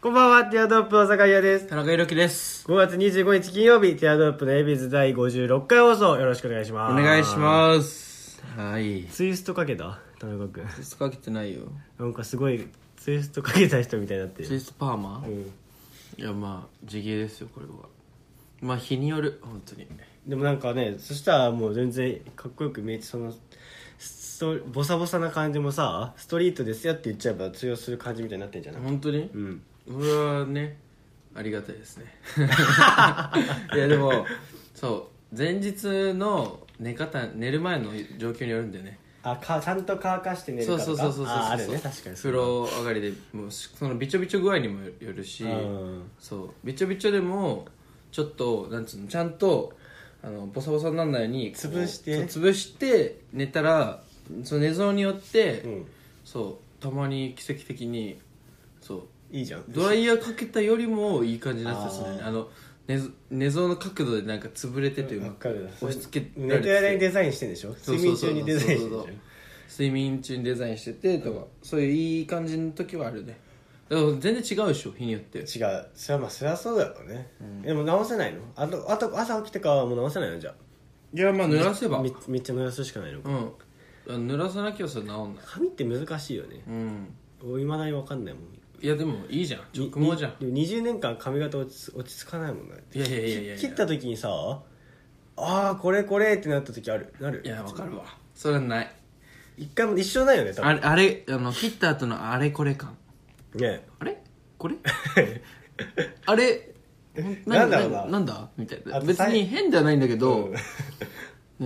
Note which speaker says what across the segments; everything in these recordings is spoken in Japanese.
Speaker 1: こんばんは、ティアドロップの坂井優です。
Speaker 2: 田中裕樹です。
Speaker 1: 5月25日金曜日、ティアドロップのエビズ第56回放送、よろしくお願いし
Speaker 2: お
Speaker 1: ます。
Speaker 2: 願いします。はい。
Speaker 1: す。ツイストかけた田中君。
Speaker 2: ツイストかけてないよ。
Speaker 1: なんかすごい、ツイストかけた人みたいになって
Speaker 2: ツ
Speaker 1: る。
Speaker 2: イストパーマ
Speaker 1: うん。
Speaker 2: いや、まあ、地毛ですよ、これは。まあ、日による、本当に。
Speaker 1: でもなんかね、そしたらもう全然かっこよく見えて、その、ストボサボサな感じもさ、ストリートですよって言っちゃえば通用する感じみたいになってんじゃない
Speaker 2: 本当に
Speaker 1: うん。
Speaker 2: これはね、ありがたいですね。 いや、でも、そう、前日の寝方、寝る前の状況によるんだよね。
Speaker 1: あ、か、ちゃんと乾かして寝るか
Speaker 2: そ
Speaker 1: と
Speaker 2: う
Speaker 1: か
Speaker 2: そうそうそうそうそう
Speaker 1: あ、あるね、確かに。
Speaker 2: 風呂上がりでもうそのびちょびちょ具合にもよるし、
Speaker 1: うん
Speaker 2: そうびちょびちょでもちょっとなんつうのちゃんとあのボサボサにならないようにこう
Speaker 1: 潰して
Speaker 2: そう潰して寝たらその寝相によって、
Speaker 1: うん。
Speaker 2: そうたまに奇跡的にそう
Speaker 1: いいじゃん。
Speaker 2: ドライヤーかけたよりもいい感じになってたんですね
Speaker 1: あー
Speaker 2: あの寝ず寝相の角度でなんか潰れててうま
Speaker 1: わかるな
Speaker 2: 押し付けら
Speaker 1: 寝
Speaker 2: れて
Speaker 1: て
Speaker 2: て
Speaker 1: る間にデザインしてんでしょ
Speaker 2: そう
Speaker 1: 睡
Speaker 2: そう
Speaker 1: 眠中にデ
Speaker 2: そう
Speaker 1: ザインしてんでしょ
Speaker 2: そうそうそう睡眠中にデザインしててとか、そういういい感じの時はあるねだから全然違うでしょ日によって
Speaker 1: 違うそれはまあそりゃそうだろうね、でも直せないのあとあと朝起きてからはもう直せないのじゃ
Speaker 2: いやまあ濡らせ
Speaker 1: あ
Speaker 2: ばうん
Speaker 1: めめっちゃ濡らすしかないのか、
Speaker 2: あ濡らさなきゃさ治んない
Speaker 1: 髪って難しいよね
Speaker 2: うん
Speaker 1: いまだに分かんないもん
Speaker 2: いやでもいいじゃん直毛じゃん
Speaker 1: ににでも20年間髪型落ち着落ち着かないもんね
Speaker 2: いやいやいやいや
Speaker 1: 切った時にさああこれこれってなった時あるなる
Speaker 2: いやわかるわそれはない
Speaker 1: 一回も一緒ないよね多
Speaker 2: あ
Speaker 1: 分
Speaker 2: れあれあの切った後のあれこれ感
Speaker 1: ね
Speaker 2: あれこ れあれ
Speaker 1: なんだろうな
Speaker 2: なんだみたい
Speaker 1: あ
Speaker 2: な
Speaker 1: と
Speaker 2: 別に変ではないんだけど、
Speaker 1: うん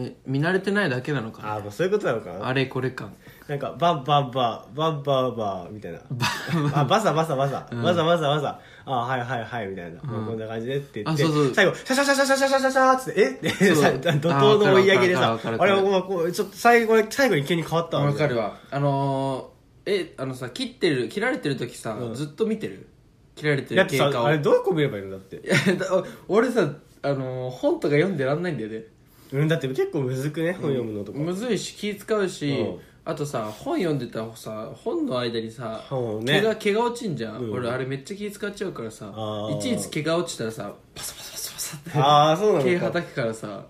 Speaker 2: ね、見慣れてないだけなのかな
Speaker 1: ああもうそういうことなのかな
Speaker 2: あれこれ感
Speaker 1: なんかバンバンバンバンバンバンみたいなあバサバサバサ、バサバサバサあはいはいはいみたいな、もうこんな感じでって言って
Speaker 2: あそうそう
Speaker 1: 最後シャシャシャシャシャシャシャシャシャっつってえ って
Speaker 2: そう
Speaker 1: さ怒涛の追い上げで
Speaker 2: あ
Speaker 1: さ
Speaker 2: わか
Speaker 1: あ
Speaker 2: る
Speaker 1: れ
Speaker 2: わかるわかるわかる
Speaker 1: お前こうちょっと最後最後に急に変わったわ
Speaker 2: わかるわあのー、えあのさ切ってる切られてる時さ、ずっと見てる切られて
Speaker 1: だ
Speaker 2: る
Speaker 1: って
Speaker 2: 経
Speaker 1: さ
Speaker 2: 過を
Speaker 1: あれどこ見ればいいのだって
Speaker 2: いやだ俺さあのー本とか読んでらんないんだよね
Speaker 1: うんだって結構むずくね本読むのとか、
Speaker 2: むずいし気使うし、
Speaker 1: うん
Speaker 2: あとさ本読んでたらさ本の間にさ、
Speaker 1: そうね
Speaker 2: 毛が毛が落ちんじゃん、
Speaker 1: うん
Speaker 2: 俺あれめっちゃ気使っちゃうからさ
Speaker 1: あー
Speaker 2: いちいち毛が落ちたらさパサパサパサパサって
Speaker 1: ああそうなのか
Speaker 2: 毛はたくからさもう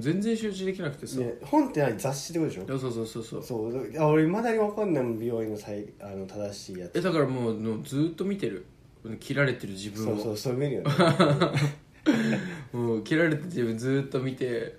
Speaker 2: 全然集中できなくてさ、
Speaker 1: ね、本って何雑誌ってことでしょ
Speaker 2: そうそうそうそうそう
Speaker 1: そうあ俺いまだにわかんないもん美容院の最あの正しいやつ
Speaker 2: えだからもうのずーっと見てる切られてる自分
Speaker 1: そ
Speaker 2: を
Speaker 1: うそうそう見るよね
Speaker 2: もう切られて自分ずーっと見て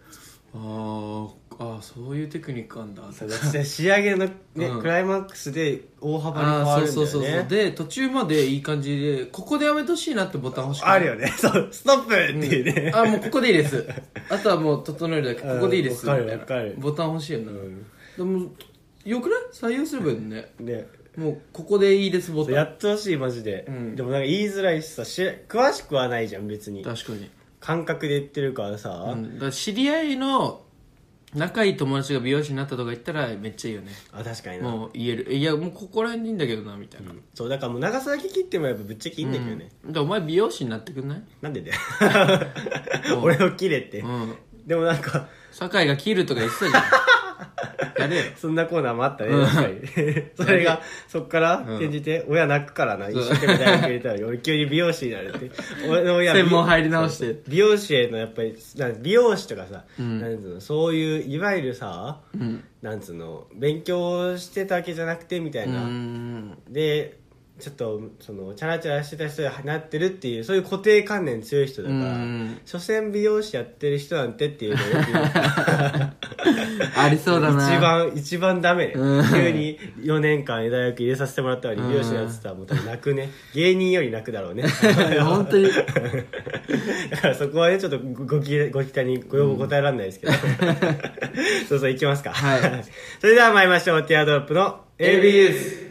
Speaker 2: あーあーそういうテクニックあんだ
Speaker 1: そうだって仕上げの、ね
Speaker 2: うん
Speaker 1: クライマックスで大幅に変
Speaker 2: あ
Speaker 1: わ
Speaker 2: あー
Speaker 1: るんだよね
Speaker 2: そうそうそうそうで途中までいい感じでここでやめてほしいなってボタン欲しくない
Speaker 1: あるよね。そう、ストップっていうね。
Speaker 2: あもうここでいい ですあとはもう整えるだけ
Speaker 1: うん
Speaker 2: ここでいいですみ
Speaker 1: わか
Speaker 2: た
Speaker 1: る
Speaker 2: い
Speaker 1: わかる
Speaker 2: なボタン欲しいよな、でもよくない採用すればいいのね
Speaker 1: ね。
Speaker 2: もうここでいいですボタ
Speaker 1: や
Speaker 2: ン
Speaker 1: っとほしい、マジで。
Speaker 2: うん
Speaker 1: でもなんか言いづらいしさ、し詳しくはないじゃん、別に。
Speaker 2: 確かに
Speaker 1: 感覚で言ってるからさ。
Speaker 2: うん、だから知り合いの仲いい友達が美容師になったとか言ったらめっちゃいいよね
Speaker 1: あ、確かにな。
Speaker 2: もう言えるいやもうここら辺でいいんだけどなみたいな、
Speaker 1: そう、だからもう長さだけ切ってもやっぱぶっちゃけいいんだけどね。
Speaker 2: うん、だからお前美容師になってくんない
Speaker 1: なんでだよ。 俺を切れって
Speaker 2: う。ん
Speaker 1: でもなんか、
Speaker 2: 酒井が切るとか言って たじゃんやれよ
Speaker 1: そんなコーナーもあったね、確か に。それが、そっから転じて、親泣くからな、一生懸命大学入れたら、俺急に美容師になれて。俺の親
Speaker 2: 専門入り直して
Speaker 1: そうそう美容師へのやっぱり、なん美容師とかさ、なんつうの、そういう、いわゆるさ、なんつうの、勉強してたわけじゃなくて、みたいう
Speaker 2: ー
Speaker 1: な。
Speaker 2: ん
Speaker 1: で、ちょっと、その、チャラチャラしてた人になってるっていう、そういう固定観念強い人だか
Speaker 2: う
Speaker 1: ら
Speaker 2: ん、
Speaker 1: 所詮美容師やってる人なんてっていうのをよく言う
Speaker 2: ありそうだな
Speaker 1: 一番一番ダメね
Speaker 2: うん
Speaker 1: 急に4年間枝役入れさせてもらったのに美容師のやつさもう多分泣くね芸人より泣くだろう ね
Speaker 2: 本当に
Speaker 1: だからそこはねちょっとごごきご期待にご要望答えられないですけど、 そうそういきますか、
Speaker 2: はい
Speaker 1: それでは参りましょうティアドロップの
Speaker 2: ABS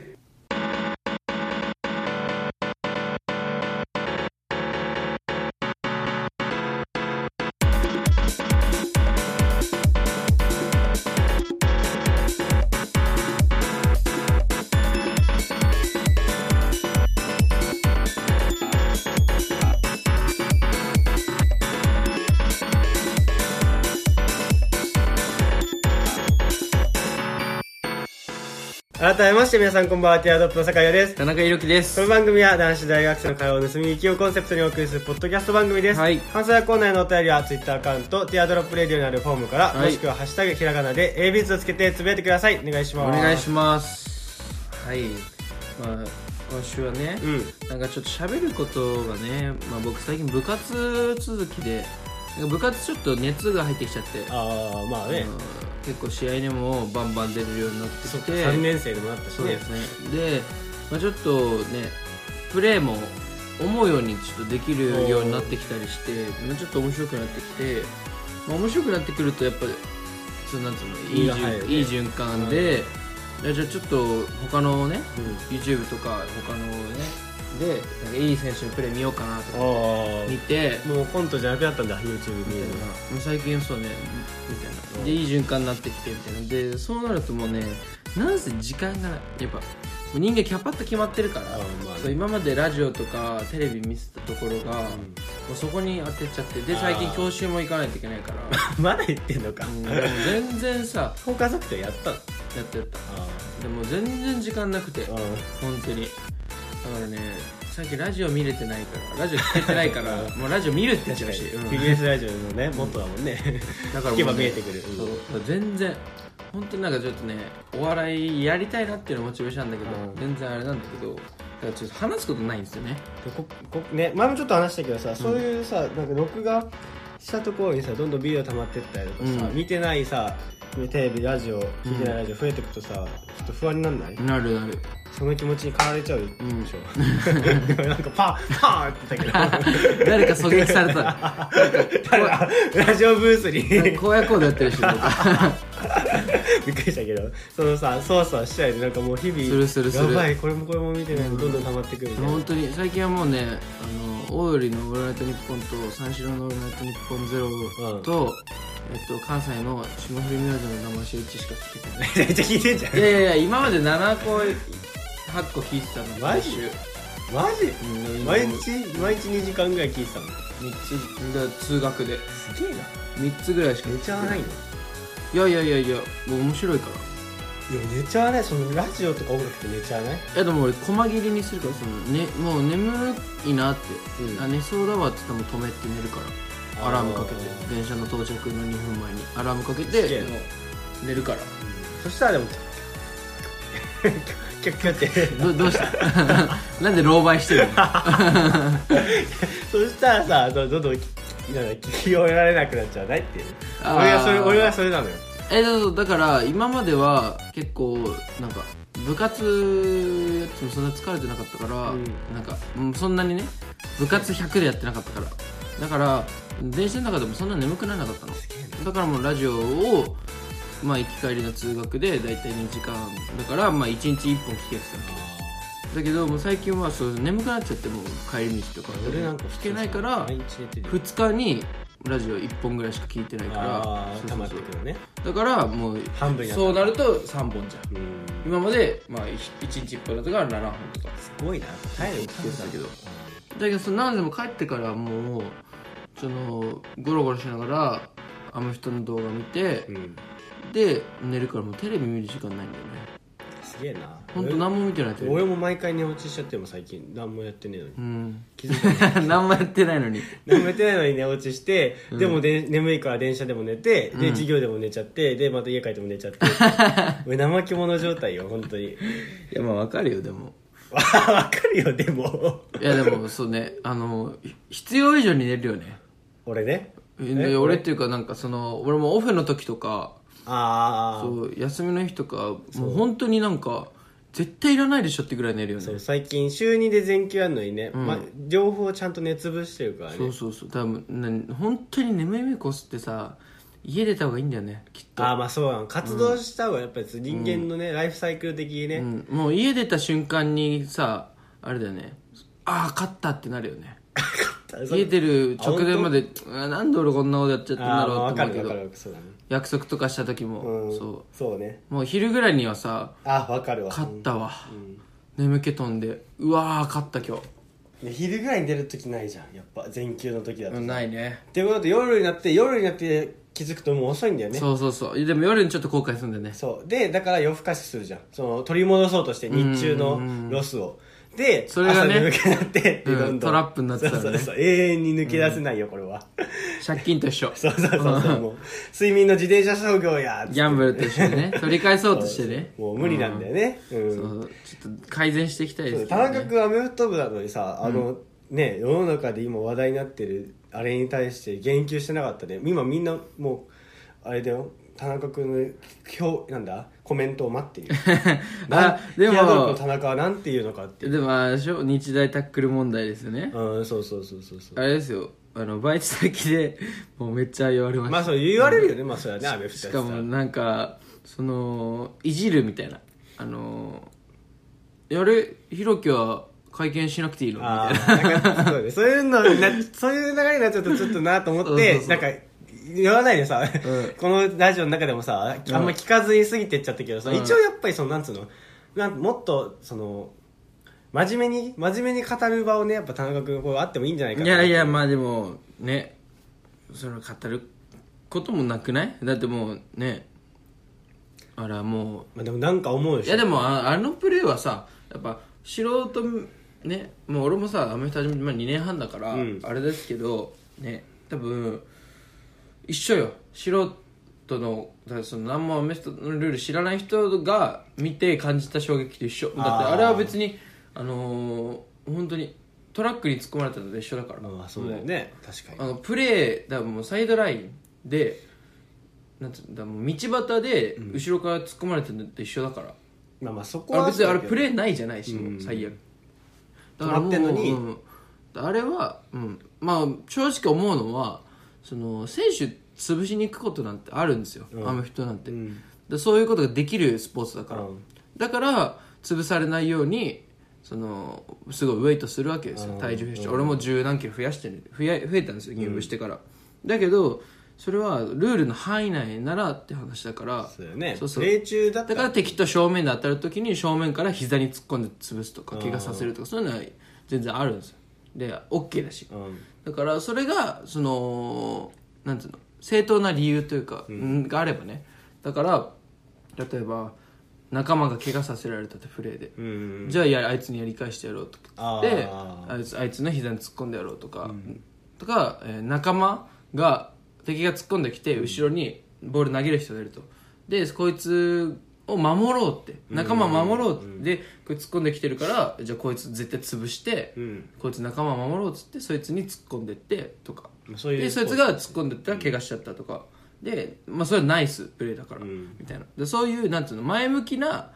Speaker 1: 改改めまして皆さんこんばんはティアドロップの酒井優です
Speaker 2: 田中裕樹です
Speaker 1: この番組は男子大学生の会話を盗み聞きをコンセプトにお送りするポッドキャスト番組です、
Speaker 2: はい
Speaker 1: 関西コーナーへのお便りは Twitter アカウント「ティアドロップレディオ」にあるフォームから、
Speaker 2: はい
Speaker 1: もしくは「ハッシュタグひらがな」で a b ズをつけてつぶやいてくださいお願いし
Speaker 2: お
Speaker 1: ます
Speaker 2: 願いしますはいまあ今週はね、
Speaker 1: うん
Speaker 2: なんかちょっと喋ることがね、まあ、僕最近部活続きでなんか部活ちょっと熱が入ってきちゃって
Speaker 1: ああまあね、
Speaker 2: うん結構試合にもバンバン出るようになって
Speaker 1: そ
Speaker 2: き
Speaker 1: うか
Speaker 2: て
Speaker 1: 3年生でもなったし
Speaker 2: そう
Speaker 1: ね
Speaker 2: ですねで、まあ、ちょっとねプレーも思うようにちょっとできるようになってきたりしてまあちょっと面白くなってきて、まあ、面白くなってくるとやっぱそうなんつうのいい
Speaker 1: 身が入る
Speaker 2: 循
Speaker 1: ね
Speaker 2: いい循環で、いやじゃあちょっと他のね
Speaker 1: うん
Speaker 2: YouTube とか他のねでなんかいい選手のプレー見ようかなとか
Speaker 1: あ
Speaker 2: 見て、
Speaker 1: あもうコントじゃなくなったんだ YouTube 見
Speaker 2: みた
Speaker 1: る
Speaker 2: い
Speaker 1: の
Speaker 2: な
Speaker 1: が
Speaker 2: もう最近そうねみたいなでいい循環になってきてみたいなでそうなるともうねなんせ時間がやっぱもう人間キャパッと決まってるから
Speaker 1: あーまあね
Speaker 2: そう今までラジオとかテレビ見せたところが、もうそこに当てちゃってで最近
Speaker 1: あー
Speaker 2: 教習も行かないといけないから、
Speaker 1: まだ言ってんのか、
Speaker 2: うん、でも全然さ
Speaker 1: 放課族ってやったの
Speaker 2: やってた
Speaker 1: あ
Speaker 2: でも全然時間なくて
Speaker 1: あ
Speaker 2: 本当にだからね最近ラジオ見れてないからラジオ聞けてないからもうラジオ見るって言っ
Speaker 1: 確
Speaker 2: て
Speaker 1: か
Speaker 2: ほ
Speaker 1: に
Speaker 2: しい、うん
Speaker 1: TBS ラジオのね元だもんね、
Speaker 2: だからも
Speaker 1: 聞け
Speaker 2: うね
Speaker 1: ば見えてくるうん
Speaker 2: そう全然本当になんかちょっとねお笑いやりたいなっていうのモチベーションなんだけど、
Speaker 1: うん
Speaker 2: 全然あれなんだけどだからちょっと話すことないんですよね
Speaker 1: ここね、前もちょっと話したけどさ、そういうさなんか録画したところにさどんどんビデオ溜まってったりとかさ、
Speaker 2: うん
Speaker 1: 見てないさテレビラジオ聞いてないラジオ増えてくとさ、ちょっと不安になんない、
Speaker 2: なるなる
Speaker 1: その気持ちに駆られちゃうで
Speaker 2: うん
Speaker 1: しょ、で もなんかパーパーって言ったけど
Speaker 2: 誰か狙撃された なんか
Speaker 1: ただ ラジオブースにび
Speaker 2: 荒野行動やってるし僕
Speaker 1: っくりしたけどそのさ操作したりでなんかもう日々
Speaker 2: するするする
Speaker 1: やばいこれもこれも見てないのどんどん溜まってくるみたいな、
Speaker 2: 本当に最近はもうねあの大寄りの「オールナイトニッポン」と三四郎の「オールナイトニッポンゼロ
Speaker 1: うん
Speaker 2: と、えっと、関西の霜降り明星の生し打ちしか聞けてな い
Speaker 1: めちゃめちゃ聞いてんじゃん
Speaker 2: いやいやいや今まで7個8個聞いてたの
Speaker 1: マジ
Speaker 2: 毎週
Speaker 1: マジ
Speaker 2: うん
Speaker 1: 毎日毎日2時間ぐらい聞いてたの
Speaker 2: 三つだから通学です
Speaker 1: げえな
Speaker 2: 3つぐらいしか
Speaker 1: 寝ちゃわないの
Speaker 2: いやいやいやいやもう面白いから
Speaker 1: いや寝ちゃわないそのラジオとか音楽って寝ちゃわない
Speaker 2: いやでも俺細切りにするからその、ね、もう眠いなって、
Speaker 1: うん
Speaker 2: あ寝そうだわって言っても止めて寝るからアラームかけて
Speaker 1: あ
Speaker 2: 電車の到着の2分前にアラームかけ
Speaker 1: すげえ
Speaker 2: て
Speaker 1: な
Speaker 2: もう寝るから
Speaker 1: そしたらでもキュッキュッキュッキュッって
Speaker 2: どどうした なんで狼狽してるの
Speaker 1: そしたらさどんどんどんなんか聞き終えられなくなっちゃわないっていう
Speaker 2: あー
Speaker 1: 俺はそれ俺はそれなのよ
Speaker 2: えそうそうだから今までは結構なんか部活やってもそんな疲れてなかったから、
Speaker 1: うん
Speaker 2: なんかうんそんなにね部活100でやってなかったからだから電車の中でもそんな眠くならなかったのだからもうラジオをまあ行き帰りの通学で大体2時間だからまあ1日1本聞けてたのだけどもう最近はそう眠くなっちゃってもう帰り道とか
Speaker 1: 俺なんか
Speaker 2: 聞けないから
Speaker 1: 毎日寝てる
Speaker 2: 2日にラジオ1本ぐらいしか聞いてないから
Speaker 1: あ
Speaker 2: そう
Speaker 1: ー
Speaker 2: そ
Speaker 1: 溜
Speaker 2: う
Speaker 1: まっ
Speaker 2: そ
Speaker 1: て
Speaker 2: う
Speaker 1: くるね
Speaker 2: だからもう
Speaker 1: 半分やった
Speaker 2: そうなると3本じゃん
Speaker 1: うん
Speaker 2: 今まで、まあ、1日1本だったから7本とか
Speaker 1: すごいな体力
Speaker 2: 聞いてたけどだけどその何でも帰ってからもうそのゴロゴロしながらアメフトの動画見て、
Speaker 1: うん
Speaker 2: で寝るからもうテレビ見る時間ないんだよね
Speaker 1: すげえな
Speaker 2: ほんと何も見てないテレビ
Speaker 1: 俺も毎回寝落ちしちゃっても最近何もやってねえのに
Speaker 2: うん
Speaker 1: 気づいた
Speaker 2: 何もやってないのに
Speaker 1: 何もやってないのに寝落ちして、でもで眠いから電車でも寝てで授業でも寝ちゃってでまた家帰っても寝ちゃって 俺怠け者状態よ本当に
Speaker 2: いやまあわかるよでも
Speaker 1: わかるよでも
Speaker 2: いやでもそうねあのひ必要以上に寝るよね
Speaker 1: 俺ね
Speaker 2: で俺っていうかなんかその俺もオフの時とか
Speaker 1: ああ
Speaker 2: そう休みの日とかもう本当になんか絶対いらないでしょってぐらい寝るよね
Speaker 1: そう最近週2で全休あるのにね、ま、両方ちゃんと寝潰してるからね
Speaker 2: そうそうそう多分ね本当に眠い目こすってさ家出た方がいいんだよねきっと、
Speaker 1: ああまあそうなの活動した方がやっぱり人間のね、ライフサイクル的にね、
Speaker 2: うん、もう家出た瞬間にさあれだよねああ勝ったってなるよね家出る直前まであなんで俺こんなことやっちゃったん
Speaker 1: ああま
Speaker 2: だ
Speaker 1: あ
Speaker 2: ろう
Speaker 1: わ
Speaker 2: って
Speaker 1: か
Speaker 2: 思う
Speaker 1: る
Speaker 2: け
Speaker 1: わか
Speaker 2: ど
Speaker 1: るそうだね
Speaker 2: 約束とかした時も、
Speaker 1: うん
Speaker 2: そ
Speaker 1: そうね
Speaker 2: うもう昼ぐらいにはさ
Speaker 1: ああわかるわ
Speaker 2: 勝ったわ、眠気飛んでうわー勝った今
Speaker 1: で昼ぐらいに出る時ないじゃんやっぱ全休の時だと、
Speaker 2: 日、
Speaker 1: っ
Speaker 2: ないね
Speaker 1: ていうことで夜になって夜になって気づくともう遅いんだよね
Speaker 2: そうそうそうでも夜にちょっと後悔するんだよね
Speaker 1: そうでだから夜更かしするじゃんその取り戻そうとして日中
Speaker 2: うんうんうん
Speaker 1: のロスをで
Speaker 2: それがね
Speaker 1: 朝眠くなってで
Speaker 2: うん
Speaker 1: どんどん
Speaker 2: トラップになってたらね
Speaker 1: そうそうそう永遠に抜け出せないよ、これは
Speaker 2: 借金と一緒
Speaker 1: そうそうそうそうもう睡眠の自転車操業や
Speaker 2: ギャンブルと一緒に ね取り返そうとしてね
Speaker 1: もう無理なんだよねうん、
Speaker 2: そうそうちょっと改善していきたいです
Speaker 1: 田中
Speaker 2: ね
Speaker 1: 君アメフト部なのにさあの、ね世の中で今話題になってるあれに対して言及してなかったね今みんなもうあれだよ田中君の今日なんだコメントを待 っている
Speaker 2: あでも
Speaker 1: ヒアドルフの田中はなんて言うのかって
Speaker 2: でもあれでしょ日大タックル問題ですよね
Speaker 1: うんそうそうそうそうそう
Speaker 2: あれですよあのバイト先でもうめっちゃ言われました、
Speaker 1: まあそう言われるよね、まあそれはねアメフト
Speaker 2: し
Speaker 1: やってた
Speaker 2: からもなんかそのいじるみたいなあのやれひろきは会見しなくていいのみ
Speaker 1: あ
Speaker 2: たい
Speaker 1: ーな
Speaker 2: な
Speaker 1: んかそうねそういうのになそういう流れになっちゃうとちょっとなと思って
Speaker 2: そうそうそう
Speaker 1: なんか言わないでさ、
Speaker 2: ん
Speaker 1: このラジオの中でもさあんま聞かずに過ぎてっちゃったけどさ、
Speaker 2: うん
Speaker 1: 一応やっぱりそのなんつうのなんもっとその真面目に真面目に語る場をねやっぱ田中君こうあってもいいんじゃないか
Speaker 2: い
Speaker 1: な
Speaker 2: やいやまあでもねその語ることもなくないだってもうねあらも
Speaker 1: まあ、でもなんか思う
Speaker 2: う
Speaker 1: で
Speaker 2: い
Speaker 1: し
Speaker 2: や
Speaker 1: ょ
Speaker 2: でもああのプレーはさやっぱ素人ねもう俺もさアメフト始めてまあ2年半だから、
Speaker 1: うん
Speaker 2: あれですけどね多分一緒よ素人のだからその何もアメフトのルール知らない人が見て感じた衝撃と一緒だって
Speaker 1: あー
Speaker 2: あれは別にあのー本当にトラックに突っ込まれたのと一緒だから
Speaker 1: まあそうだよね確かに
Speaker 2: あのプレーだからもうサイドラインでなんつうんだもう道端で後ろから突っ込まれてるのと一緒だから、
Speaker 1: まあまあそこ
Speaker 2: あ
Speaker 1: は
Speaker 2: れ別にあれ
Speaker 1: そうだけ
Speaker 2: プ
Speaker 1: ど
Speaker 2: レーないじゃないし、もう
Speaker 1: うん
Speaker 2: 最悪
Speaker 1: 止まってんのに
Speaker 2: うんあれは、うん、まあ正直思うのはその選手潰しに行くことなんてあるんですよ、
Speaker 1: うん
Speaker 2: アメフトなんて、
Speaker 1: うん
Speaker 2: でそういうことができるスポーツだから、
Speaker 1: うん
Speaker 2: だから潰されないようにそのすごいウェイトするわけですよ
Speaker 1: うん
Speaker 2: 体重減らして
Speaker 1: うん
Speaker 2: 俺も十何キロ増やしてる増や増えたんですよ入部してから、だけどそれはルールの範囲内ならって話だから
Speaker 1: そうだよね
Speaker 2: そうそう
Speaker 1: プレー中だった
Speaker 2: だから敵と正面で当たるときに正面から膝に突っ込んで潰すとか
Speaker 1: うん
Speaker 2: 怪我させるとかそういうのは全然あるんですよで OK だし
Speaker 1: うん
Speaker 2: だからそれがそのなんていうの正当な理由というか、うんがあればねだから例えば仲間が怪我させられたってプレーで、
Speaker 1: うん
Speaker 2: じゃあやあいつにやり返してやろうとか
Speaker 1: あ
Speaker 2: であ
Speaker 1: ー
Speaker 2: いつあいつの膝に突っ込んでやろうとか、とか、えー仲間が敵が突っ込んできて後ろにボール投げる人がいるとでこいつを守ろうって仲間を守ろうって、でこいつ突っ込んできてるからじゃあこいつ絶対潰して、
Speaker 1: うん
Speaker 2: こいつ仲間を守ろうっつってそいつに突っ込んでってとか
Speaker 1: まあそういう
Speaker 2: でそいつが突っ込んでったら怪我しちゃったとか、で、まあ、それはナイスプレーだから、
Speaker 1: ん
Speaker 2: みたいなでそういうなんていうの前向きな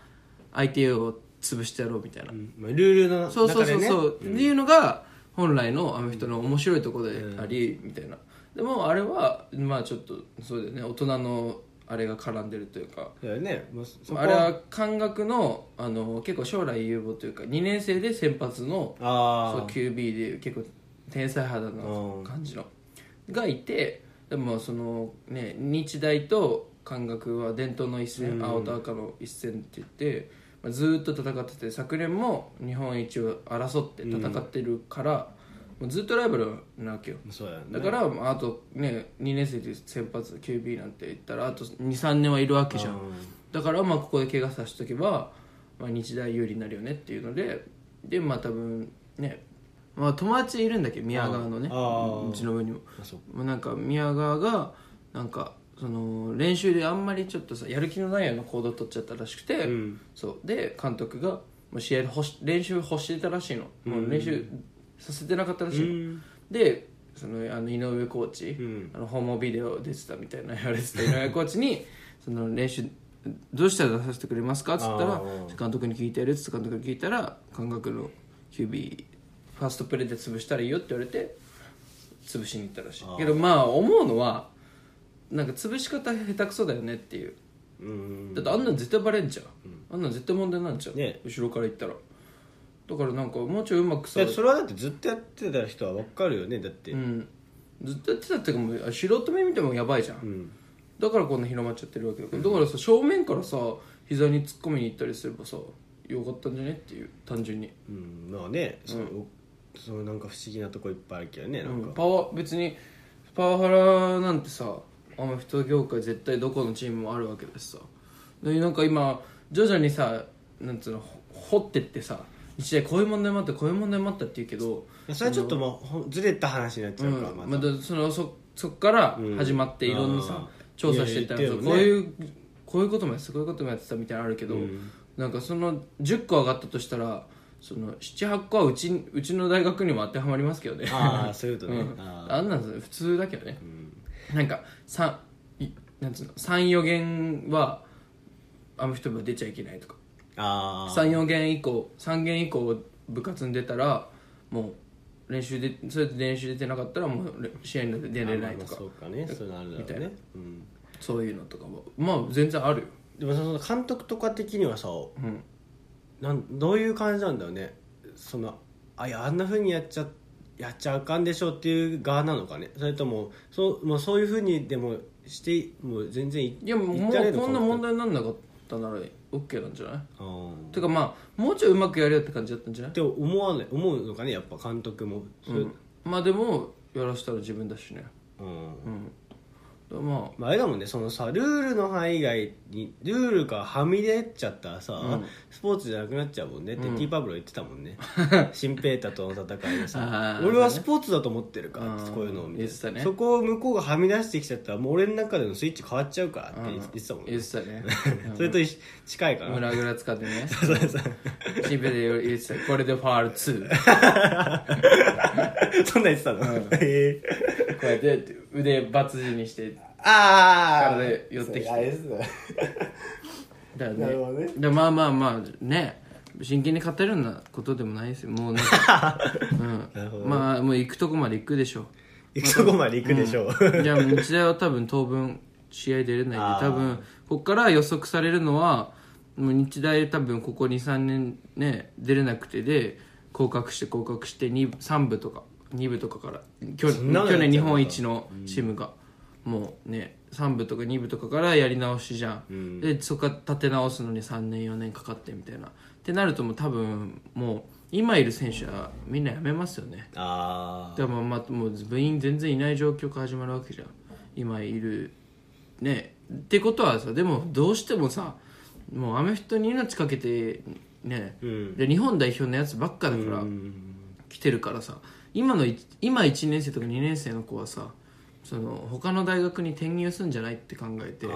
Speaker 2: 相手を潰してやろうみたいな、
Speaker 1: うんまあルールの
Speaker 2: そうそ
Speaker 1: 中で
Speaker 2: うそう
Speaker 1: ね
Speaker 2: そう、っていうのが本来のアメフトの面白いところであり、みたいなでもあれはまあちょっとそうだよね大人のあれが絡んでるというか
Speaker 1: だよね、まあ、そこ
Speaker 2: あれは感覚のあの結構将来有望というか2年生で先発の
Speaker 1: ああ
Speaker 2: そう QB で結構天才肌の感じのがいてでもそのね日大と関学は伝統の一戦、青と赤の一戦って言って、まあ、ずーっと戦ってて昨年も日本一を争って戦ってるから、もうずっとライバルなわけよ
Speaker 1: そうやね
Speaker 2: だから、まああとね2年生で先発 QB なんて言ったらあと23年はいるわけじゃんだからまあここで怪我させとけば、まあ、日大有利になるよねっていうのででまあ多分ね、まあ、友達いるんだけど宮川のね
Speaker 1: あー
Speaker 2: うちの上にも
Speaker 1: あそう
Speaker 2: まあなんか宮川がなんかその練習であんまりちょっとさやる気のないような行動を取っちゃったらしくて、
Speaker 1: うん
Speaker 2: そうで監督がもう試合で欲し練習欲してたらしいの、もう練習させてなかったらしいの、
Speaker 1: うん
Speaker 2: でそのあの井上コーチ、
Speaker 1: ん
Speaker 2: あのホームビデオ出てたみたいな言われてた井上コーチにその練習どうしたら出させてくれますかっつった
Speaker 1: あ
Speaker 2: ら
Speaker 1: ー
Speaker 2: 監督に聞いてやるっつって監督に聞いたら感覚の QB ファーストプレーで潰したらいいよって言われて潰しに行ったらしいけどまあ思うのはなんか潰し方下手くそだよねっていう
Speaker 1: うん
Speaker 2: だってあんなん絶対バレんじゃん、あんなん絶対問題になんじゃん、
Speaker 1: ね
Speaker 2: 後ろから行ったらだからなんかもうちょいうまくさ
Speaker 1: だってそれはだってずっとやってた人は分かるよねだって、
Speaker 2: うん、ずっとやってたっていうかもう素人目見てもやばいじゃん、
Speaker 1: ん
Speaker 2: だからこんな広まっちゃってるわけだから、だからさ正面からさ膝に突っ込みに行ったりすればさよかったんじゃねっていう単純に、
Speaker 1: うんまあねその、そのなんか不思議なとこいっぱいあるけどねなん
Speaker 2: うん
Speaker 1: か、
Speaker 2: パワー別にパワハラなんてさアメフト業界絶対どこのチームもあるわけですさでなんか今徐々にさなんつうのほ掘ってってさ一時代こういう問題もあったこういう問題もあったって言うけど
Speaker 1: それはちょっともうほんずれた話になっちゃうから、
Speaker 2: う
Speaker 1: ま
Speaker 2: ん
Speaker 1: た
Speaker 2: まだそのそそっから始まって
Speaker 1: うん
Speaker 2: いろんなさ、
Speaker 1: あ
Speaker 2: 調査していったら
Speaker 1: いや
Speaker 2: そう
Speaker 1: 言ってよ
Speaker 2: こう
Speaker 1: ね
Speaker 2: いうこういうこともやってたこういうこともやってたみたいなのあるけど、なんかその10個上がったとしたらその78個はうちうちの大学にも当てはまりますけどね
Speaker 1: ああそういうことね、
Speaker 2: うん、
Speaker 1: あ
Speaker 2: あんなん普通だけどね、なんかさいなんつうの34弦はアメフト部は出ちゃいけないとか
Speaker 1: あー
Speaker 2: 34弦以降3弦以降部活に出たらもう練習でそれで練習出てなかったらもうれ試合に出れないと
Speaker 1: まあまあ
Speaker 2: か
Speaker 1: そうかねそういうのあるだろう
Speaker 2: みたい
Speaker 1: ね
Speaker 2: な、
Speaker 1: うん、
Speaker 2: そういうのとかもまあ全然あるよ
Speaker 1: でもさその監督とか的にはさ、
Speaker 2: ん
Speaker 1: なんどういう感じなんだろうねそのあいやあんなふうにやっちゃやっちゃあかんでしょっていう側なのかねそれともそうもうそういうふうにでもしてもう全然い
Speaker 2: いやもう
Speaker 1: 言ってやれるの
Speaker 2: こんな
Speaker 1: 監督
Speaker 2: 問題になんなかったなら OK なんじゃない
Speaker 1: あー
Speaker 2: てかまあもうちょいうまくやれよって感じだったんじゃない
Speaker 1: って思わない思うのかねやっぱ監督もそうれ
Speaker 2: ん、まあでもやらしたら自分だしね
Speaker 1: うん
Speaker 2: うんだからまあ
Speaker 1: まあ、あれだもんねそのさルールの範囲外にルールがはみ出ちゃったらさ、
Speaker 2: うん
Speaker 1: スポーツじゃなくなっちゃうもんねって、ティーパブロ言ってたも んね新平太との戦いで
Speaker 2: あ
Speaker 1: さ
Speaker 2: ー
Speaker 1: 俺はスポーツだと思ってるから
Speaker 2: うん
Speaker 1: こういうのを見
Speaker 2: 言ってたね
Speaker 1: そこを向こうがはみ出してきちゃったらもう俺の中でのスイッチ変わっちゃうからって言ってたもんね、
Speaker 2: 言ってたね
Speaker 1: それと一緒近いか
Speaker 2: ム
Speaker 1: ら
Speaker 2: ラグラ使って ね
Speaker 1: そうそうそう
Speaker 2: チビで言ってたこれでファール2こ
Speaker 1: そんなん言ってたの、 ええ
Speaker 2: うやって腕バツ字にして
Speaker 1: ああ
Speaker 2: 体で寄ってきて
Speaker 1: あれですね
Speaker 2: だよ
Speaker 1: なるほどね
Speaker 2: でまあまあまあね真剣に語るようなことでもないですよも うなんか、
Speaker 1: なるほ
Speaker 2: う
Speaker 1: ど
Speaker 2: ん、まあもう行くとこまで行くでしょ
Speaker 1: 行くとこまで行くでしょう、
Speaker 2: うじゃあ日大は多分当分試合出れない
Speaker 1: あ
Speaker 2: んで
Speaker 1: ー
Speaker 2: 多分こっから予測されるのはもう日大多分ここ23年ね出れなくてで降格して降格して2 3部とか2部とかから去
Speaker 1: そんなのやっちゃう
Speaker 2: 去
Speaker 1: の
Speaker 2: 年
Speaker 1: か
Speaker 2: 日本一のチームが、もうね3部とか2部とかからやり直しじゃん、でそこから立て直すのに3年4年かかってみたいなってなるともう多分もう今いる選手はみんなやめますよね
Speaker 1: あ
Speaker 2: でもまあもう部員全然いない状況から始まるわけじゃん今いるねってことはさでもどうしてもさもうアメフトに命かけてね、で日本代表のやつばっかだから、来てるからさ今のい今1年生とか2年生の子はさその他の大学に転入するんじゃないって考えて
Speaker 1: ああ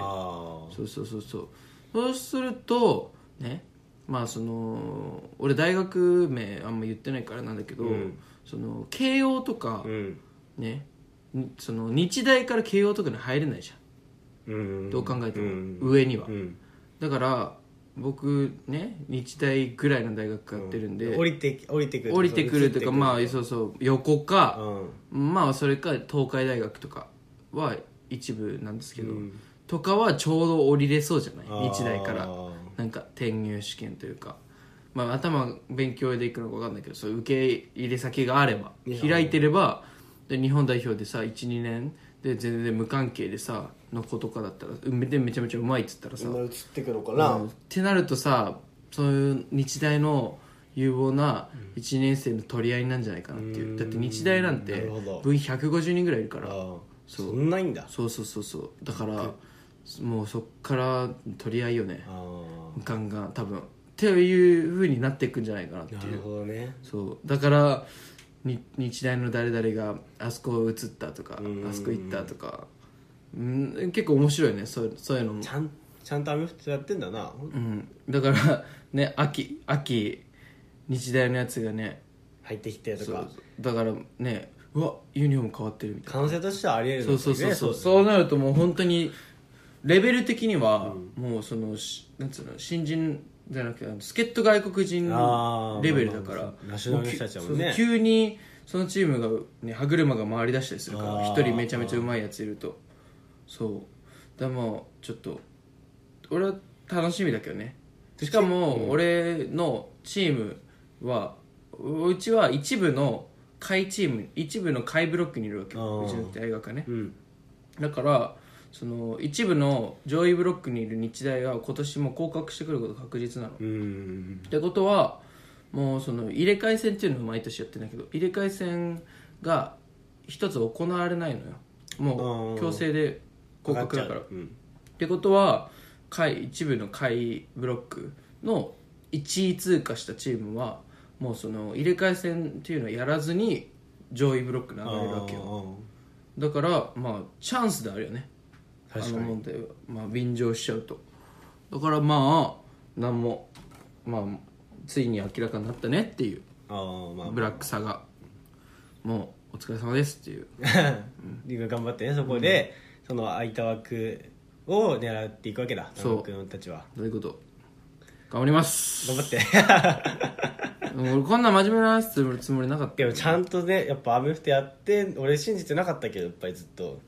Speaker 2: そうそうそうそうそうするとねまあその俺大学名あんま言ってないからなんだけど、その慶応とか
Speaker 1: あう、ん
Speaker 2: ねにその日大から慶応とかに入れないじゃ
Speaker 1: うん
Speaker 2: んどう考えても、
Speaker 1: うん
Speaker 2: 上には、
Speaker 1: うん
Speaker 2: だから僕ね日大ぐらいの大学通ってるんで、
Speaker 1: 降りて降りてくる
Speaker 2: 降りてくるというかまあそうそう横
Speaker 1: あ
Speaker 2: か、
Speaker 1: うん
Speaker 2: まあそれか東海大学とかは一部なんですけど、とかはちょうど降りれそうじゃ
Speaker 1: あ
Speaker 2: ない
Speaker 1: ー
Speaker 2: 日大からなんか転入試験というか、まあ、頭勉強でいくのか分かんないけどそう受け入れ先があれば開いてればで日本代表でさ12年で全然無関係でさの子とかだったらうんでめちゃめちゃうまいっつったらさ
Speaker 1: そんな映ってくのかな、
Speaker 2: うんってなるとさそういう日大の有望な1年生の取り合いなんじゃないかなっていうだって日大な
Speaker 1: な
Speaker 2: んて
Speaker 1: るほど
Speaker 2: 部員150人ぐらいいるか
Speaker 1: あ
Speaker 2: ら
Speaker 1: ー
Speaker 2: そ
Speaker 1: そううんないんだ
Speaker 2: そうそうそうそうだからもうそっから取り合いよね
Speaker 1: あー
Speaker 2: ガンガン多分っていう風になっていくんじゃないかなってい
Speaker 1: な
Speaker 2: う
Speaker 1: るほどね
Speaker 2: そうだからに日大の誰々があそこ移ったとかあそこ行ったとかうん結構面白いねそうそういうのも
Speaker 1: ちゃんちゃんとアメフトやってんだな、
Speaker 2: うん、だからね秋秋日大のやつがね
Speaker 1: 入ってきてと
Speaker 2: そ
Speaker 1: か
Speaker 2: うだからねうわユニフォーム変わってるみたい
Speaker 1: 可能性としてはありえ
Speaker 2: な
Speaker 1: る
Speaker 2: そ
Speaker 1: の
Speaker 2: う
Speaker 1: か
Speaker 2: そ
Speaker 1: も
Speaker 2: う
Speaker 1: ねそう
Speaker 2: そうそうそうなるともう本当にレベル的には、もうそのしなんつうの新人じゃなくてあの助っ人外国人
Speaker 1: あー
Speaker 2: レベルだか
Speaker 1: ま
Speaker 2: ら
Speaker 1: あまあナショナルの人たちだもんね
Speaker 2: うきゅそう急にそのチームが、ね、歯車が回りだしたりするから
Speaker 1: あー
Speaker 2: 一人めちゃめちゃうまいやついるとそうだからまあちょっと俺は楽しみだけどねしかも俺のチームはうちは一部の下位チーム一部の下位ブロックにいるわけ
Speaker 1: あー
Speaker 2: ようちの大学はね
Speaker 1: うん
Speaker 2: だからその一部の上位ブロックにいる日大は今年も降格してくること確実なの
Speaker 1: うん
Speaker 2: ってことはもうその入れ替え戦っていうのを毎年やってんだけど入れ替え戦が一つ行われないのよ
Speaker 1: あ
Speaker 2: もう
Speaker 1: ー
Speaker 2: 強制で広角だ
Speaker 1: 上
Speaker 2: から
Speaker 1: がっちゃううん
Speaker 2: ってことは下位一部の下位ブロックの1位通過したチームはもうその入れ替え戦っていうのをやらずに上位ブロックに上がれるわけよだからまあチャンスであるよね
Speaker 1: 確かに
Speaker 2: あの問題は、まあ、便乗しちゃうとだからまあ何もまあついに明らかになったねっていう
Speaker 1: あーあーまあ
Speaker 2: ブラックさがもうお疲れ様ですっていう
Speaker 1: リーグ頑張ってねそこで、その空いた枠を狙っていくわけだ
Speaker 2: そう
Speaker 1: 田中君たちは
Speaker 2: どういうこと頑張ります
Speaker 1: 頑張って
Speaker 2: 俺こんな真面目な話するつもりなかった
Speaker 1: でもちゃんとねやっぱアメフトやって俺信じてなかったけどやっぱりずっと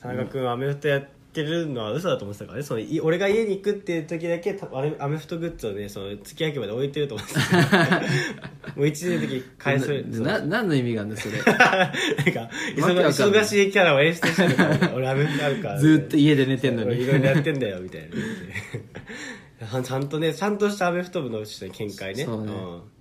Speaker 1: 田中君アメフトやってるのは嘘だと思ってたからねそのい俺が家に行くっていう時だけたアメアメフトグッズをねその月明けまで置いてると思って たもう一年の時返すそう
Speaker 2: なな何の意味があるんだそれ
Speaker 1: なんか
Speaker 2: わけわかん
Speaker 1: 忙
Speaker 2: ない
Speaker 1: 忙しいキャラを演出してるから俺アメフトあるから
Speaker 2: ずーっと家で寝てんの
Speaker 1: 俺
Speaker 2: に
Speaker 1: いろいろやってんだよみたいな ちゃんとねちゃんとしたアメフト部の人の見解ね
Speaker 2: そうね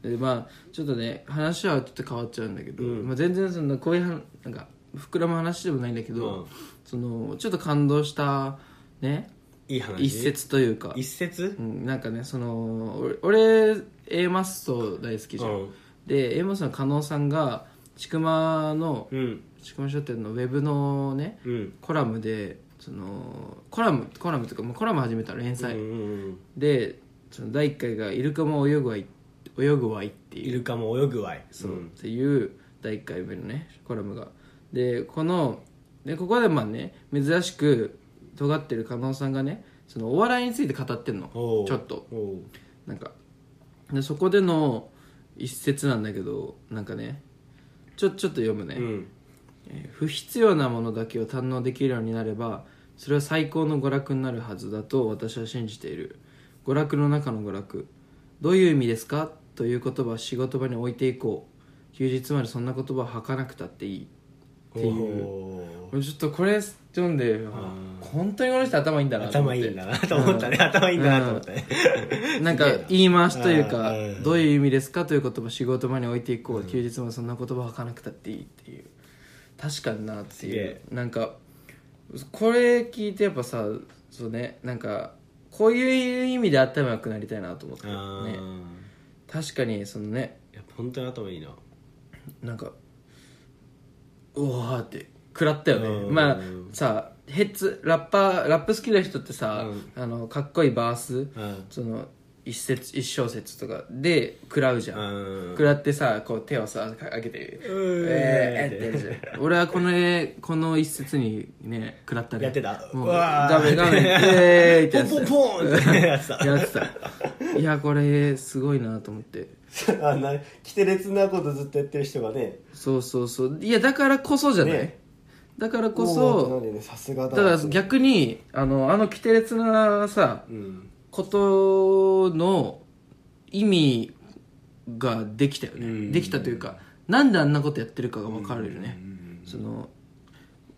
Speaker 1: ん、
Speaker 2: でまあちょっとね話はちょっと変わっちゃうんだけど、まあ、全然そんなこういうはなんか膨らむ話でもないんだけ
Speaker 1: う
Speaker 2: ど、
Speaker 1: ん
Speaker 2: そのちょっと感動したね
Speaker 1: いい話
Speaker 2: 一節というか
Speaker 1: 一節
Speaker 2: うん、なんかねその俺俺 A マッソ大好きじゃん、
Speaker 1: うん
Speaker 2: で A マッソの加納さんがちくまの
Speaker 1: うん
Speaker 2: ちくま書店のウェブのね
Speaker 1: うん
Speaker 2: コラムでそのコラムコラムっていうかもうコラム始めた連
Speaker 1: うん
Speaker 2: 載、
Speaker 1: うん
Speaker 2: でその第1回が「イルカも泳ぐわい」泳ぐわいって
Speaker 1: イ
Speaker 2: いう
Speaker 1: ルカも泳ぐわい
Speaker 2: そううんっていう第1回目のねコラムがでこのでここでまあね珍しく尖ってる加納さんがねそのお笑いについて語ってんの
Speaker 1: おう
Speaker 2: ちょっと
Speaker 1: おう
Speaker 2: なんかでそこでの一節なんだけどなんかねちょちょっと読むね、
Speaker 1: うん
Speaker 2: えー不必要なものだけを堪能できるようになればそれは最高の娯楽になるはずだと私は信じている娯楽の中の娯楽どういう意味ですかという言葉は仕事場に置いていこう休日までそんな言葉を吐かなくたっていいっていう
Speaker 1: お
Speaker 2: 俺ちょっとこれ読んであ本当にこの人頭いいんだ
Speaker 1: う
Speaker 2: なと思っ
Speaker 1: 頭
Speaker 2: て
Speaker 1: いいんだなと思ったね頭いいんだなと思ったね
Speaker 2: なんか言い回しというか
Speaker 1: あー
Speaker 2: どういう意味ですかという言葉仕事場に置いていこう、休日もそんな言葉を吐かなくたっていいっていう確かになって
Speaker 1: すげ
Speaker 2: いう
Speaker 1: え
Speaker 2: なんかこれ聞いてやっぱさそうねなんかこういう意味で頭良くなりたいなと思って、
Speaker 1: あー
Speaker 2: ね、確かにそのね
Speaker 1: いや本当に頭いいな
Speaker 2: なんかうわーって食らったよね
Speaker 1: うん
Speaker 2: まあさヘッズラッパーラップ好きな人ってさ、あのかっこいいバース
Speaker 1: うん
Speaker 2: その一節一小節とかで食らうじゃん、
Speaker 1: うん
Speaker 2: 食らってさこう手をさか上げて「
Speaker 1: うん
Speaker 2: えー、えーってやるじゃん俺はこの絵この一節にね食らったね
Speaker 1: やってた
Speaker 2: もう
Speaker 1: うわー
Speaker 2: 画面画面えーって
Speaker 1: ポンポンポン
Speaker 2: やってた
Speaker 1: ってやつだ
Speaker 2: やってたいやこれすごいなと思って
Speaker 1: あんなキテレツなことずっとやってる人がね
Speaker 2: そうそうそういやだからこそじゃない、
Speaker 1: ね
Speaker 2: だからこ
Speaker 1: おーってな
Speaker 2: そ
Speaker 1: るよねさすがだ
Speaker 2: だから逆にあのあのキテレツなさ
Speaker 1: うん
Speaker 2: ことの意味ができたよね、
Speaker 1: うん
Speaker 2: できたというかなんであんなことやってるかが分かるよね、その